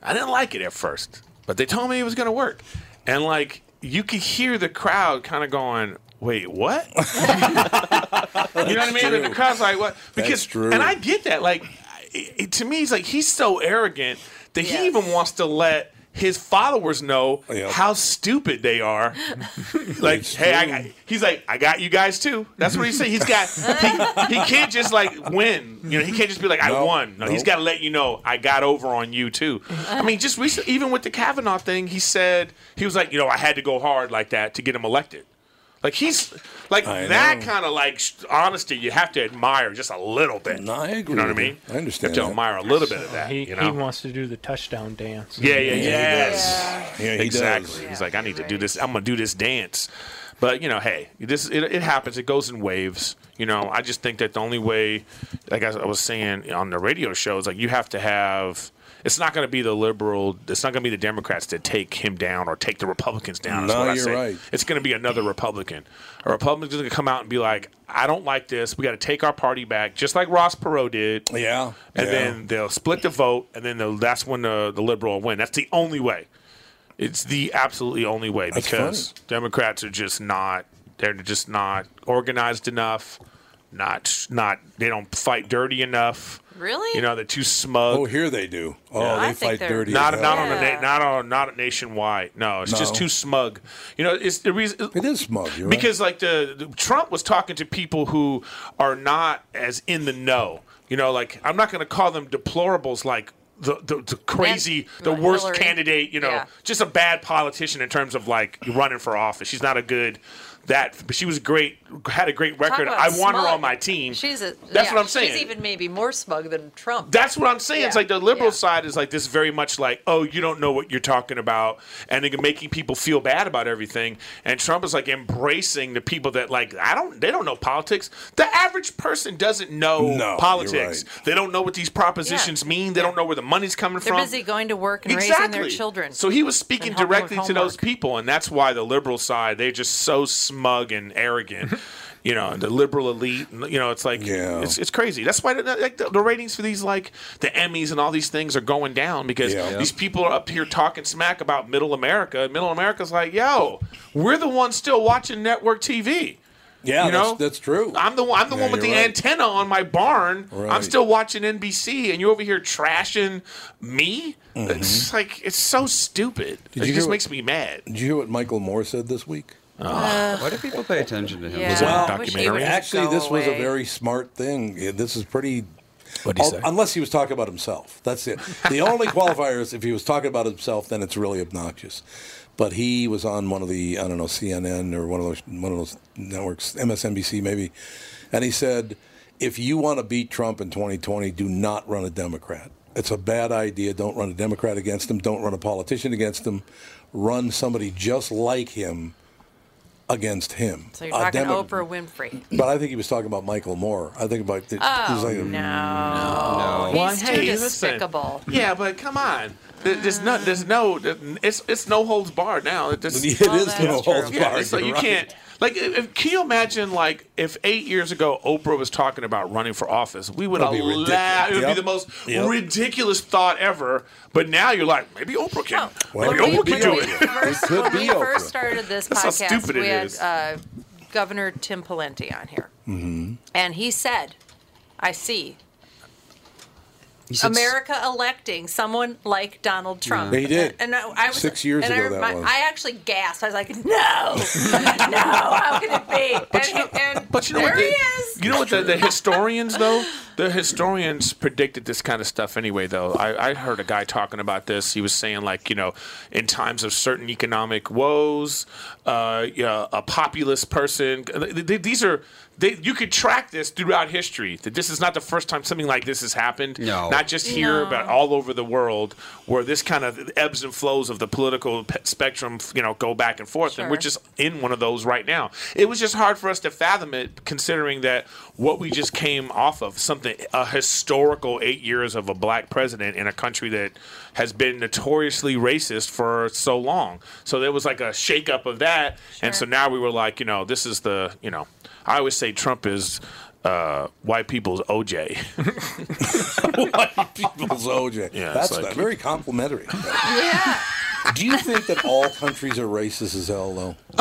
I didn't like it at first, but they told me it was going to work, and like you could hear the crowd kind of going. Wait, what? you know what I mean? And the
true.
crowd's like, "What?" Because
true.
and I get that. Like, it, it- to me, it's like he's so arrogant that he even wants to let his followers know how stupid they are like, hey, I, I- he's like, I got you guys too. That's what he said. He's got, he, he can't just like win. You know, he can't just be like, I won. No, he's
nope.
got to let you know I got over on you too. I mean, just recently, even with the Kavanaugh thing, he said he was like, you know, I had to go hard like that to get him elected. Like he's like
I
that
know.
kind of like sh- honesty. You have to admire just a little bit.
No, I agree
You know what I
with
mean?
you. I understand
You have
that.
to admire a little bit of that.
He,
you
he
know?
wants to do the touchdown dance.
Yeah, yeah,
he
yes.
Yeah, he
exactly.
does.
He's like, I need to do this. I'm gonna do this dance. But you know, hey, this it, it happens. It goes in waves. You know, I just think that the only way, like I I was saying on the radio show, is like you have to have. It's not going to be the liberal. It's not going to be the Democrats that take him down or take the Republicans down. is
No,
what I
you're
say.
right.
It's going to be another Republican. A Republican's going to come out and be like, "I don't like this. We got to take our party back," just like Ross Perot did.
Yeah,
And
yeah.
then they'll split the vote, and then they'll- that's when the, the liberal will win. That's the only way. It's the absolutely only way
That's
because Democrats are just not. They're just not organized enough. Not not. They don't fight dirty enough.
Really?
You know they're too smug.
Oh, here they do. Oh,
Yeah.
they fight dirty. as
Not
hell.
not on a na- not on not nationwide. No, it's just
No.
too smug. You know, it's the reason.
It is smug. You're right.
Because like the, the- Trump was talking to people who are not as in the know. You know, like I'm not going to call them deplorables like the the, the crazy, the
Like
worst
Hillary.
candidate. You know,
Yeah.
just a bad politician in terms of like running for office. She's not a good that, but she was great. Had a great record.
about
I want her
smug.
on my team.
She's a,
That's
yeah,
what I'm saying.
She's even maybe more smug than Trump.
That's what I'm saying. It's
Yeah.
like the liberal side is like this very much like, oh, you don't know what you're talking about, and they're making people feel bad about everything. And Trump is like embracing the people that like I don't, they don't know politics. The average person doesn't know
No, you're
politics. They don't know what these propositions mean. They don't know where the money's coming
They're
from.
busy going to work and raising their children.
So he was speaking
and helping with
directly to those people, and that's why the liberal side they're just so smug and arrogant. you know, the liberal elite. and, You know, it's like it's, it's crazy. That's why the, like, the, the ratings for these like the Emmys and all these things are going down because
Yeah.
these people are up here talking smack about Middle America. And Middle America's like, yo, we're the ones still watching network TV.
Yeah, that's-
you know?
that's true.
I'm the one. I'm the
Yeah,
one with
you're
the
right.
antenna on my barn. I'm
Right.
still watching NBC, and you're over here trashing me. It's like it's so stupid.
Mm-hmm. Did
it
you
just
hear-
makes me mad.
Did you hear what Michael Moore said this week?
Uh, Why do people pay attention to him?
Well, Actually, this was a very smart thing. Yeah, This is pretty.
What'd he
Al-
say?
Unless he was talking about himself. That's it. The only qualifier is if he was talking about himself, then it's really obnoxious. But he was on one of the I don't know CNN or one of those one of those networks, MSNBC maybe, and he said, if you want to beat Trump in 2020, do not run a Democrat. It's a bad idea. Don't run a Democrat against him. Don't run a politician against him. Run somebody just like him against him.
So you're
A
talking
Demo-
Oprah Winfrey.
but I think he was talking about Michael Moore. I think about the, he was
Oh,
like,
Oh.
no.
Well,
He's
hey,
too
listen.
despicable.
Yeah, but come on. There- There's no, there's no, it's it's no holds barred now. It just-
It Well, is that's no holds true. barred,
So you
you're right.
can't. Like, if, if- can you imagine? Like, if eight years ago Oprah was talking about running for office, we would
That'd be
all
ridiculous.
laugh. It would
Yep.
be the most
Yep.
ridiculous thought ever. But now you're like, maybe Oprah can.
Well,
maybe Oprah can do
we-
it.
could
when we first started this
That's how
podcast,
stupid it
we had
is.
uh, Governor Tim Pawlenty on here,
Mm-hmm.
and he said, "I see
He
said s-
America electing someone like Donald Trump."
Yeah. He did.
and, and I, I was
Six years
and I,
ago that
remi-
was.
I actually gasped. I was like, "No, no, how can it be?"
But
and, and
But you know
there
what?
he
The,
is.
You know what? The, the historians though, the historians predicted this kind of stuff anyway. Though I, I heard a guy talking about this. He was saying like, you know, in times of certain economic woes, uh, yeah, a populist person. th- th- These are. They, you could track this throughout history. That this is not the first time something like this has happened.
No.
Not just here,
No.
but all over the world, where this kind of ebbs and flows of the political pe- spectrum, you know, go back and forth, and we're
Sure.
just in one of those right now. It was just hard for us to fathom it, considering that what we just came off of something a historical eight years of a black president in a country that has been notoriously racist for so long. So there was like a shakeup of that, and so now we were like, you know, this is the, you know, I always say Trump is. Uh, white people's OJ.
white people's OJ.
Yeah, it's
That's
like-
not- very complimentary. Do you think that all countries are racist as hell, though?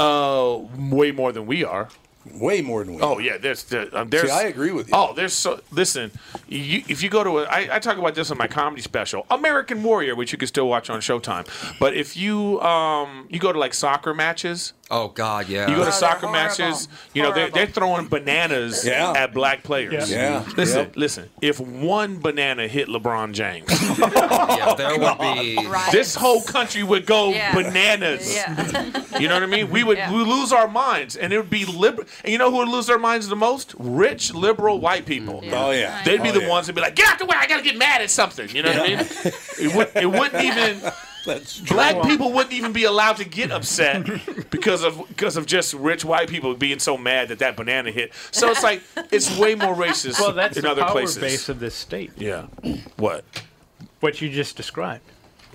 Uh, way more than we are.
Way more than we.
Oh yeah, there's there, um, there's.
See, I agree with you.
Oh, there's so listen. You, if you go to a, I, I talk about this on my comedy special, American Warrior, which you can still watch on Showtime. But if you um you go to like soccer matches,
Oh God, yeah.
Uh.
you go to soccer matches, you know they're, they're throwing bananas
Yeah.
at black players.
Yeah. Yeah.
Listen,
Yep.
listen. If one banana hit LeBron James,
yeah, there would be
this whole country would go
Yeah.
bananas. You know what I mean? We would we lose our minds, and it would be liberal. And you know who would lose their minds the most? Rich liberal white people.
Oh, yeah.
they'd be
Oh,
the
yeah.
ones that'd be like, "Get out the way! I gotta get mad at something." You know what I mean? It, would, it wouldn't even. Black people wouldn't even be allowed to get upset because of because of just rich white people being so mad that that banana hit. So it's like it's way more racist
Well, that's
in
the
other
power
places.
base of this state.
Yeah. What?
What you just described.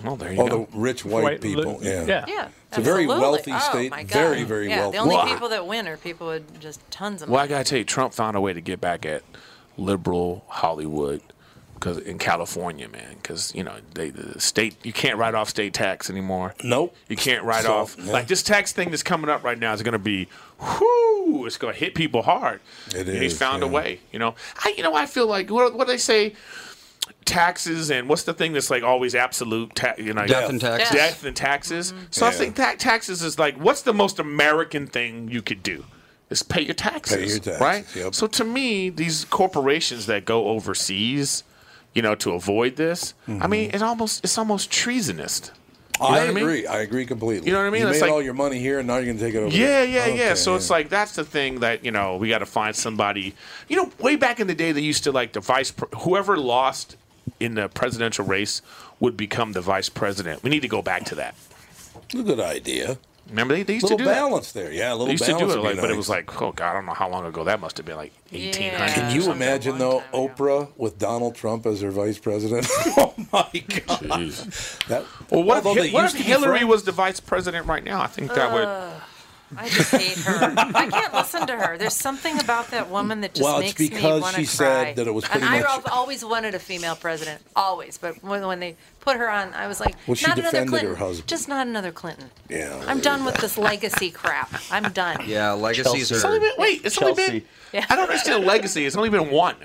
Well, there
All the rich white, people.
li-
yeah.
yeah.
Yeah,
It's a very
absolutely.
wealthy
Oh,
state,
my God.
very, very
yeah,
wealthy.
The only
Well, I-
people that win are people with just tons of
Well,
money.
I gotta tell you, Trump found a way to get back at liberal Hollywood, because in California, man, because you know they the state you can't write off state tax anymore.
Nope.
You can't write
So,
off
yeah.
like this tax thing that's coming up right now is gonna be, whoo, it's gonna hit people hard.
It
And he's
is,
found a
yeah.
way. You know, I you know I feel like what what do they say. Taxes and what's the thing that's like always absolute? Ta- you know,
Death and taxes.
Death and taxes. So I
Mm-hmm.
Yeah.
think ta- taxes is like what's the most American thing you could do? Is pay your taxes,
Pay your taxes,
right? So to me, these corporations that go overseas, you know, to avoid this, I
Mm-hmm.
mean, it's almost it's almost treasonist. You know
I
what mean?
agree. I agree completely.
You know what I mean?
You
It's
made
like-
all your money here, and now you're going to take it over.
Yeah,
there.
yeah, yeah.
Okay,
So it's like that's the thing that you know we got to find somebody. You know, way back in the day, they used to like the vice pr whoever lost in the presidential race would become the vice president. We need to go back to that.
It's a good idea.
Remember they, they used
Little
to do that.
balance there. Yeah, a little
they used
balance
to do
would
it,
be
like, but it
nice.
was like, oh god, I don't know how long ago that must have been, like eighteen hundred.
Can you imagine though Oprah with Donald Trump as her vice president? oh my god! That,
Well, what
although
if,
they
Hi- what if
used to be
Hillary
friends.
was the vice president right now? I think that would.
I just hate her. I can't listen to her. There's something about that woman that just
Well, it's
makes me
because
want to
she
cry.
said that it was
and
pretty
I've
much-
always wanted a female president, always. But when, when they put her on, I was like,
Well, she
not another
defended her
Clinton.
husband.
Just not another Clinton.
Yeah.
I'm done with this legacy crap. I'm done.
Yeah, legacies
It's
are.
only been, wait, it's only been.
Yeah.
I don't understand legacy. It's only been one.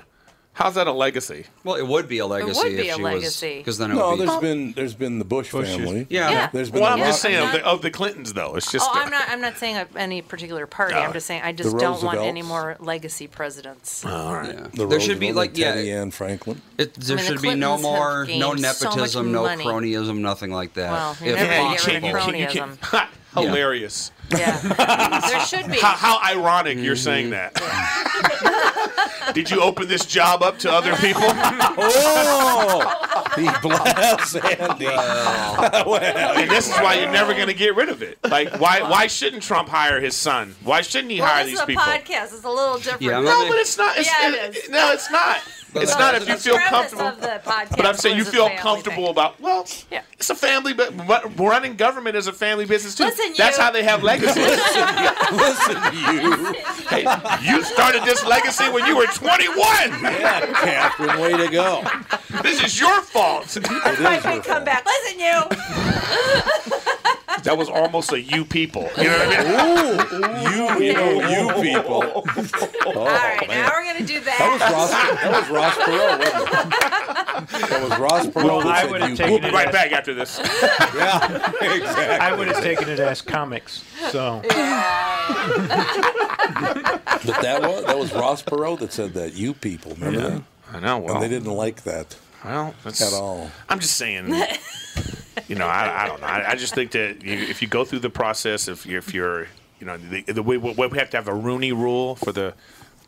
How's that a legacy?
Well, it would be a
legacy would if be a she was- legacy. 'cause then it
no,
would be-
there's been there's been the Bush
Bushes.
family.
Yeah. Yeah.
There's been
Well,
the
I'm just
Rock-
saying of the, of the Clintons, though. It's just.
oh, I'm not. I'm not saying of any particular party. I'm just saying I just
The
don't want any
Roosevelts.
more legacy presidents.
all right.
The
There should be,
Roosevelt,
like,
the Teddy Ann Franklin.
It, there
I mean, the
should be no
Clintons have
more, no
gained so much
nepotism, no
money.
cronyism, nothing like that.
Well, you
if
never
Yeah, you
possible.
can't, you can't, you can't. Ha,
Yeah.
hilarious.
there should be.
How, how ironic you're saying that. Did you open this job up to other people?
oh, he blasts Andy.
and this is why you're never going to get rid of it. Like, why why shouldn't Trump hire his son? Why shouldn't he
well,
hire
this
these
is a
people?
podcast. It's a little different.
Yeah, I'm No, only- but it's not- it's-
yeah,
it-
it is.
no, it's not. It's not if you feel comfortable.
Of the podcast
But I'm saying you
was a
feel
family
comfortable
thing.
about well, it's a family, but running government is a family business too.
Listen,
That's
you-
how they have legacies.
Listen, you.
Hey, you started this legacy when you were 21.
Yeah, Catherine, way to go.
This is your fault.
That's my great comeback. Listen, you.
That was almost a you people. You know what I mean?
Ooh, you, you, you people.
All right, now we're gonna do that.
That was Ross. That was Ross Perot. Wasn't it? That was Ross Perot.
Well,
that
I
said
would've
you
taken
We'll
people.
be right back after this.
Yeah, exactly.
I would have taken it as comics. So
But that was that was Ross Perot that said that. You people, remember
Yeah.
that?
I know. Well,
and they didn't like that
well that's,
at all.
I'm just saying. You know, I, I don't know. I, I just think that you, if you go through the process, if you're, if you're, you know, the, the way what we have to have a Rooney rule for the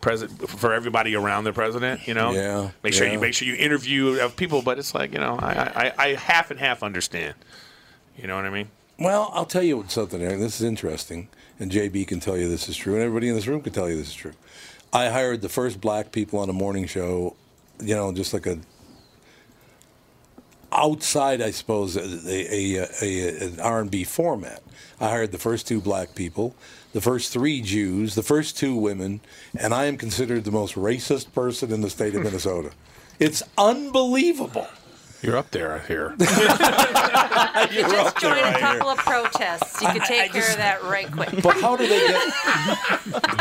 president for everybody around the president. You know,
Yeah,
Make sure
yeah.
you make sure you interview of people, but it's like you know, I, I, I half and half understand. You know what I mean?
Well, I'll tell you something, Eric. This is interesting, and JB can tell you this is true, and everybody in this room can tell you this is true. I hired the first black people on a morning show, you know, just like a outside, I suppose, a, a, a, a- an R&B format. I hired the first two black people, the first three Jews, the first two women, and I am considered the most racist person in the state of Minnesota. It's unbelievable.
You're up there, I hear.
You
You're
just
up there,
join
I
a
hear.
couple of protests. You could take care
just-
of that right quick.
But how do they get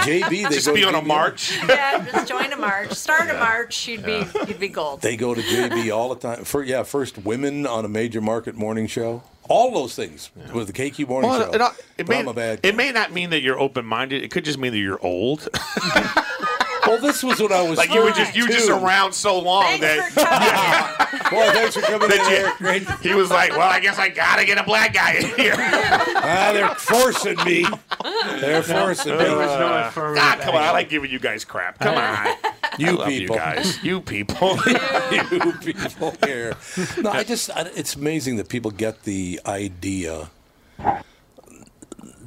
JB? They
Just
go
be
to
on a
JB
march.
yeah, just join a march. Start a march. You'd be you'd be gold.
They go to JB all the time. For yeah, first women on a major market morning show. All those things with the KQ morning show.
Well, it, it,
But I'm a
may,
bad.
it may not mean that you're open minded. It could just mean that you're old.
well, this was what I was
like you were just you were just
32.
around so long
Thanks
that
for coming.
Boy, thanks for coming in here.
that
Great.
you, he was like, well, I guess I gotta get a black guy in here.
Ah, they're forcing me. They're forcing
there was
me.
no affirmative.
ah, come on, I
action.
like giving you guys crap. Come on,
You
love you
people.
guys, you people.
you people here. No, I just, I, it's amazing that people get the idea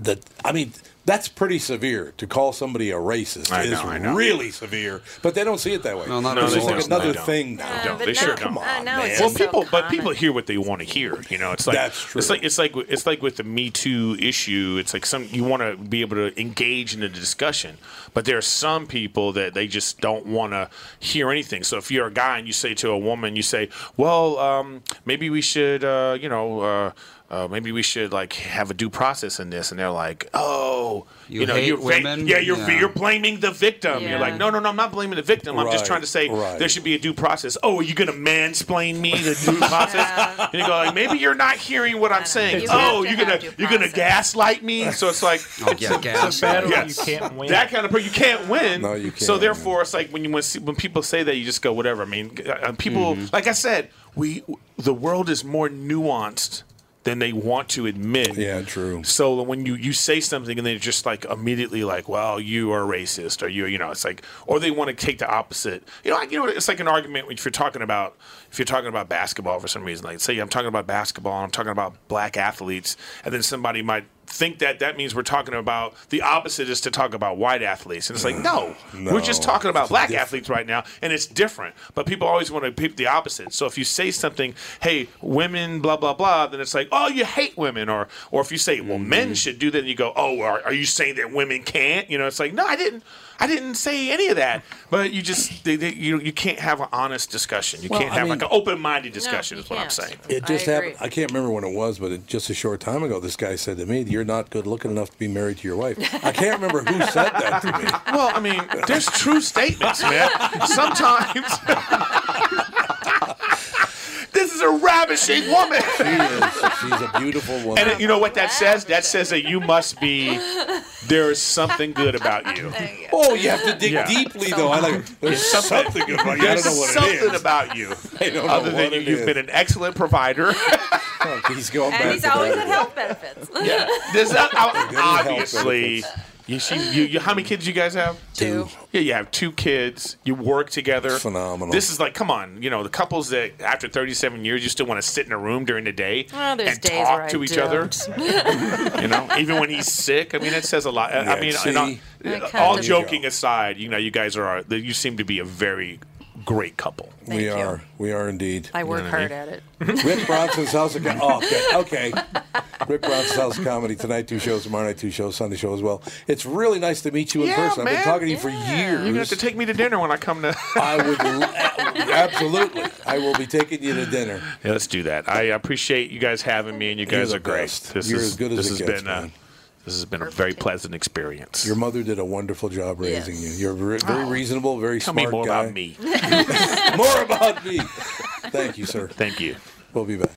that, I mean, that's pretty severe to call somebody a racist.
I
It is
know, I know.
really severe, but they don't see it that way.
No, not
it's
at
just
all.
like
No,
another
they don't.
thing now.
Uh,
don't.
but
They
now-
sure don't.
uh, now it's
man.
Well,
just so
people, but
common.
people hear what they want to hear. You know, it's like
That's true.
It's like it's like it's like with the Me Too issue. It's like some you want to be able to engage in the discussion, but there are some people that they just don't want to hear anything. So if you're a guy and you say to a woman, you say, "Well, um, maybe we should," uh, you know. Uh, uh, maybe we should like have a due process in this, and they're like, "Oh,
You
know,
hate
you're va-
women?
yeah, you're
Yeah.
you're blaming the victim." You're
Yeah.
like, "No, no, no, I'm not blaming the victim. I'm just
Right,
trying to say
right.
there should." should be a due process. Oh, are you going to mansplain me the due process? And you go like, maybe you're not hearing what I'm saying.
You have
oh,
to
you're
have
gonna
due
you're gonna
process.
gaslight me. So it's like
Oh, yeah, gas.
It's a battle
Yes.
you can't win.
that kind of person you can't win.
No, you can't
So
win.
therefore, it's like when you when, when people say that, you just go whatever. I mean, uh, people like I said, we the world is more nuanced than they want to admit.
Yeah, true.
So when you you say something and they're just like immediately like, well, you are racist, or you you know, it's like, or they want to take the opposite. You know, like, you know, it's like an argument if you're talking about if you're talking about basketball for some reason. Like, say I'm talking about basketball and I'm talking about black athletes, and then somebody might think that that means we're talking about the opposite is to talk about white athletes, and it's like no,
No.
we're just talking about black
diff-
athletes right now, and it's different. But people always want to peep the opposite. So if you say something, hey, women, blah blah blah, then it's like oh, you hate women, or or if you say well,
Mm-hmm.
men should do that, and you go oh, are, are you saying that women can't? You know, it's like no, I didn't. I didn't say any of that, but you just they, they, you you can't have an honest discussion. You
Well,
can't
I
have
mean-
like an open-minded discussion. is what I'm saying.
It just happened. I can't remember when it was, but it, just a short time ago, this guy said to me, "You're not good looking enough to be married to your wife." I can't remember who said that to me.
Well, I mean, there's true statements, man. Sometimes. this is a ravishing woman. She
is. She's a beautiful woman.
And it- you know what that says? That says that you must be. There is something good about you.
Oh, you have to dig
Yeah.
deeply, though. I like. There's something, about you. I
There's
don't know what
something
it is.
about you.
I don't know
Other
what
than you,
it
you've
is.
been an excellent provider.
he's going
And he's always at health benefits.
Yeah. There's not,
help
obviously. You, she, you, you, how many kids you guys have? Two. Yeah, you have two kids. You work together.
Phenomenal.
This is like, come on, you know, the couples that after 37 years you still want to sit in a room during the day
Well, there's
and
days
talk
where I
to each other. you know, even when he's sick. I mean, it says a lot. I- I
Yeah,
mean,
see?
and all-
That kind
all
of-
joking aside, you know, you guys are you seem to be a very great couple.
we are. We are indeed.
I work hard at it.
Rick Bronson's House of Comedy. Oh, okay. okay. Rick Bronson's House of Comedy tonight, two shows tomorrow night, two shows Sunday show as well. It's really nice to meet you in
Yeah,
person. I've
man.
been talking to you for years.
You're gonna have to take me to dinner when I come to.
I would l- absolutely. I will be taking you to dinner.
Yeah, let's do that. I appreciate you guys having me, and you
You're
guys
the
are great.
best.
This
You're
is
as good as
this
it
has
gets,
been a,
man.
this has been a very pleasant experience.
Your mother did a wonderful job raising
Yes.
you. You're very, very
Oh.
reasonable, very
Tell me
smart
more
guy.
about me.
more about me. Thank you, sir.
Thank you.
We'll be back.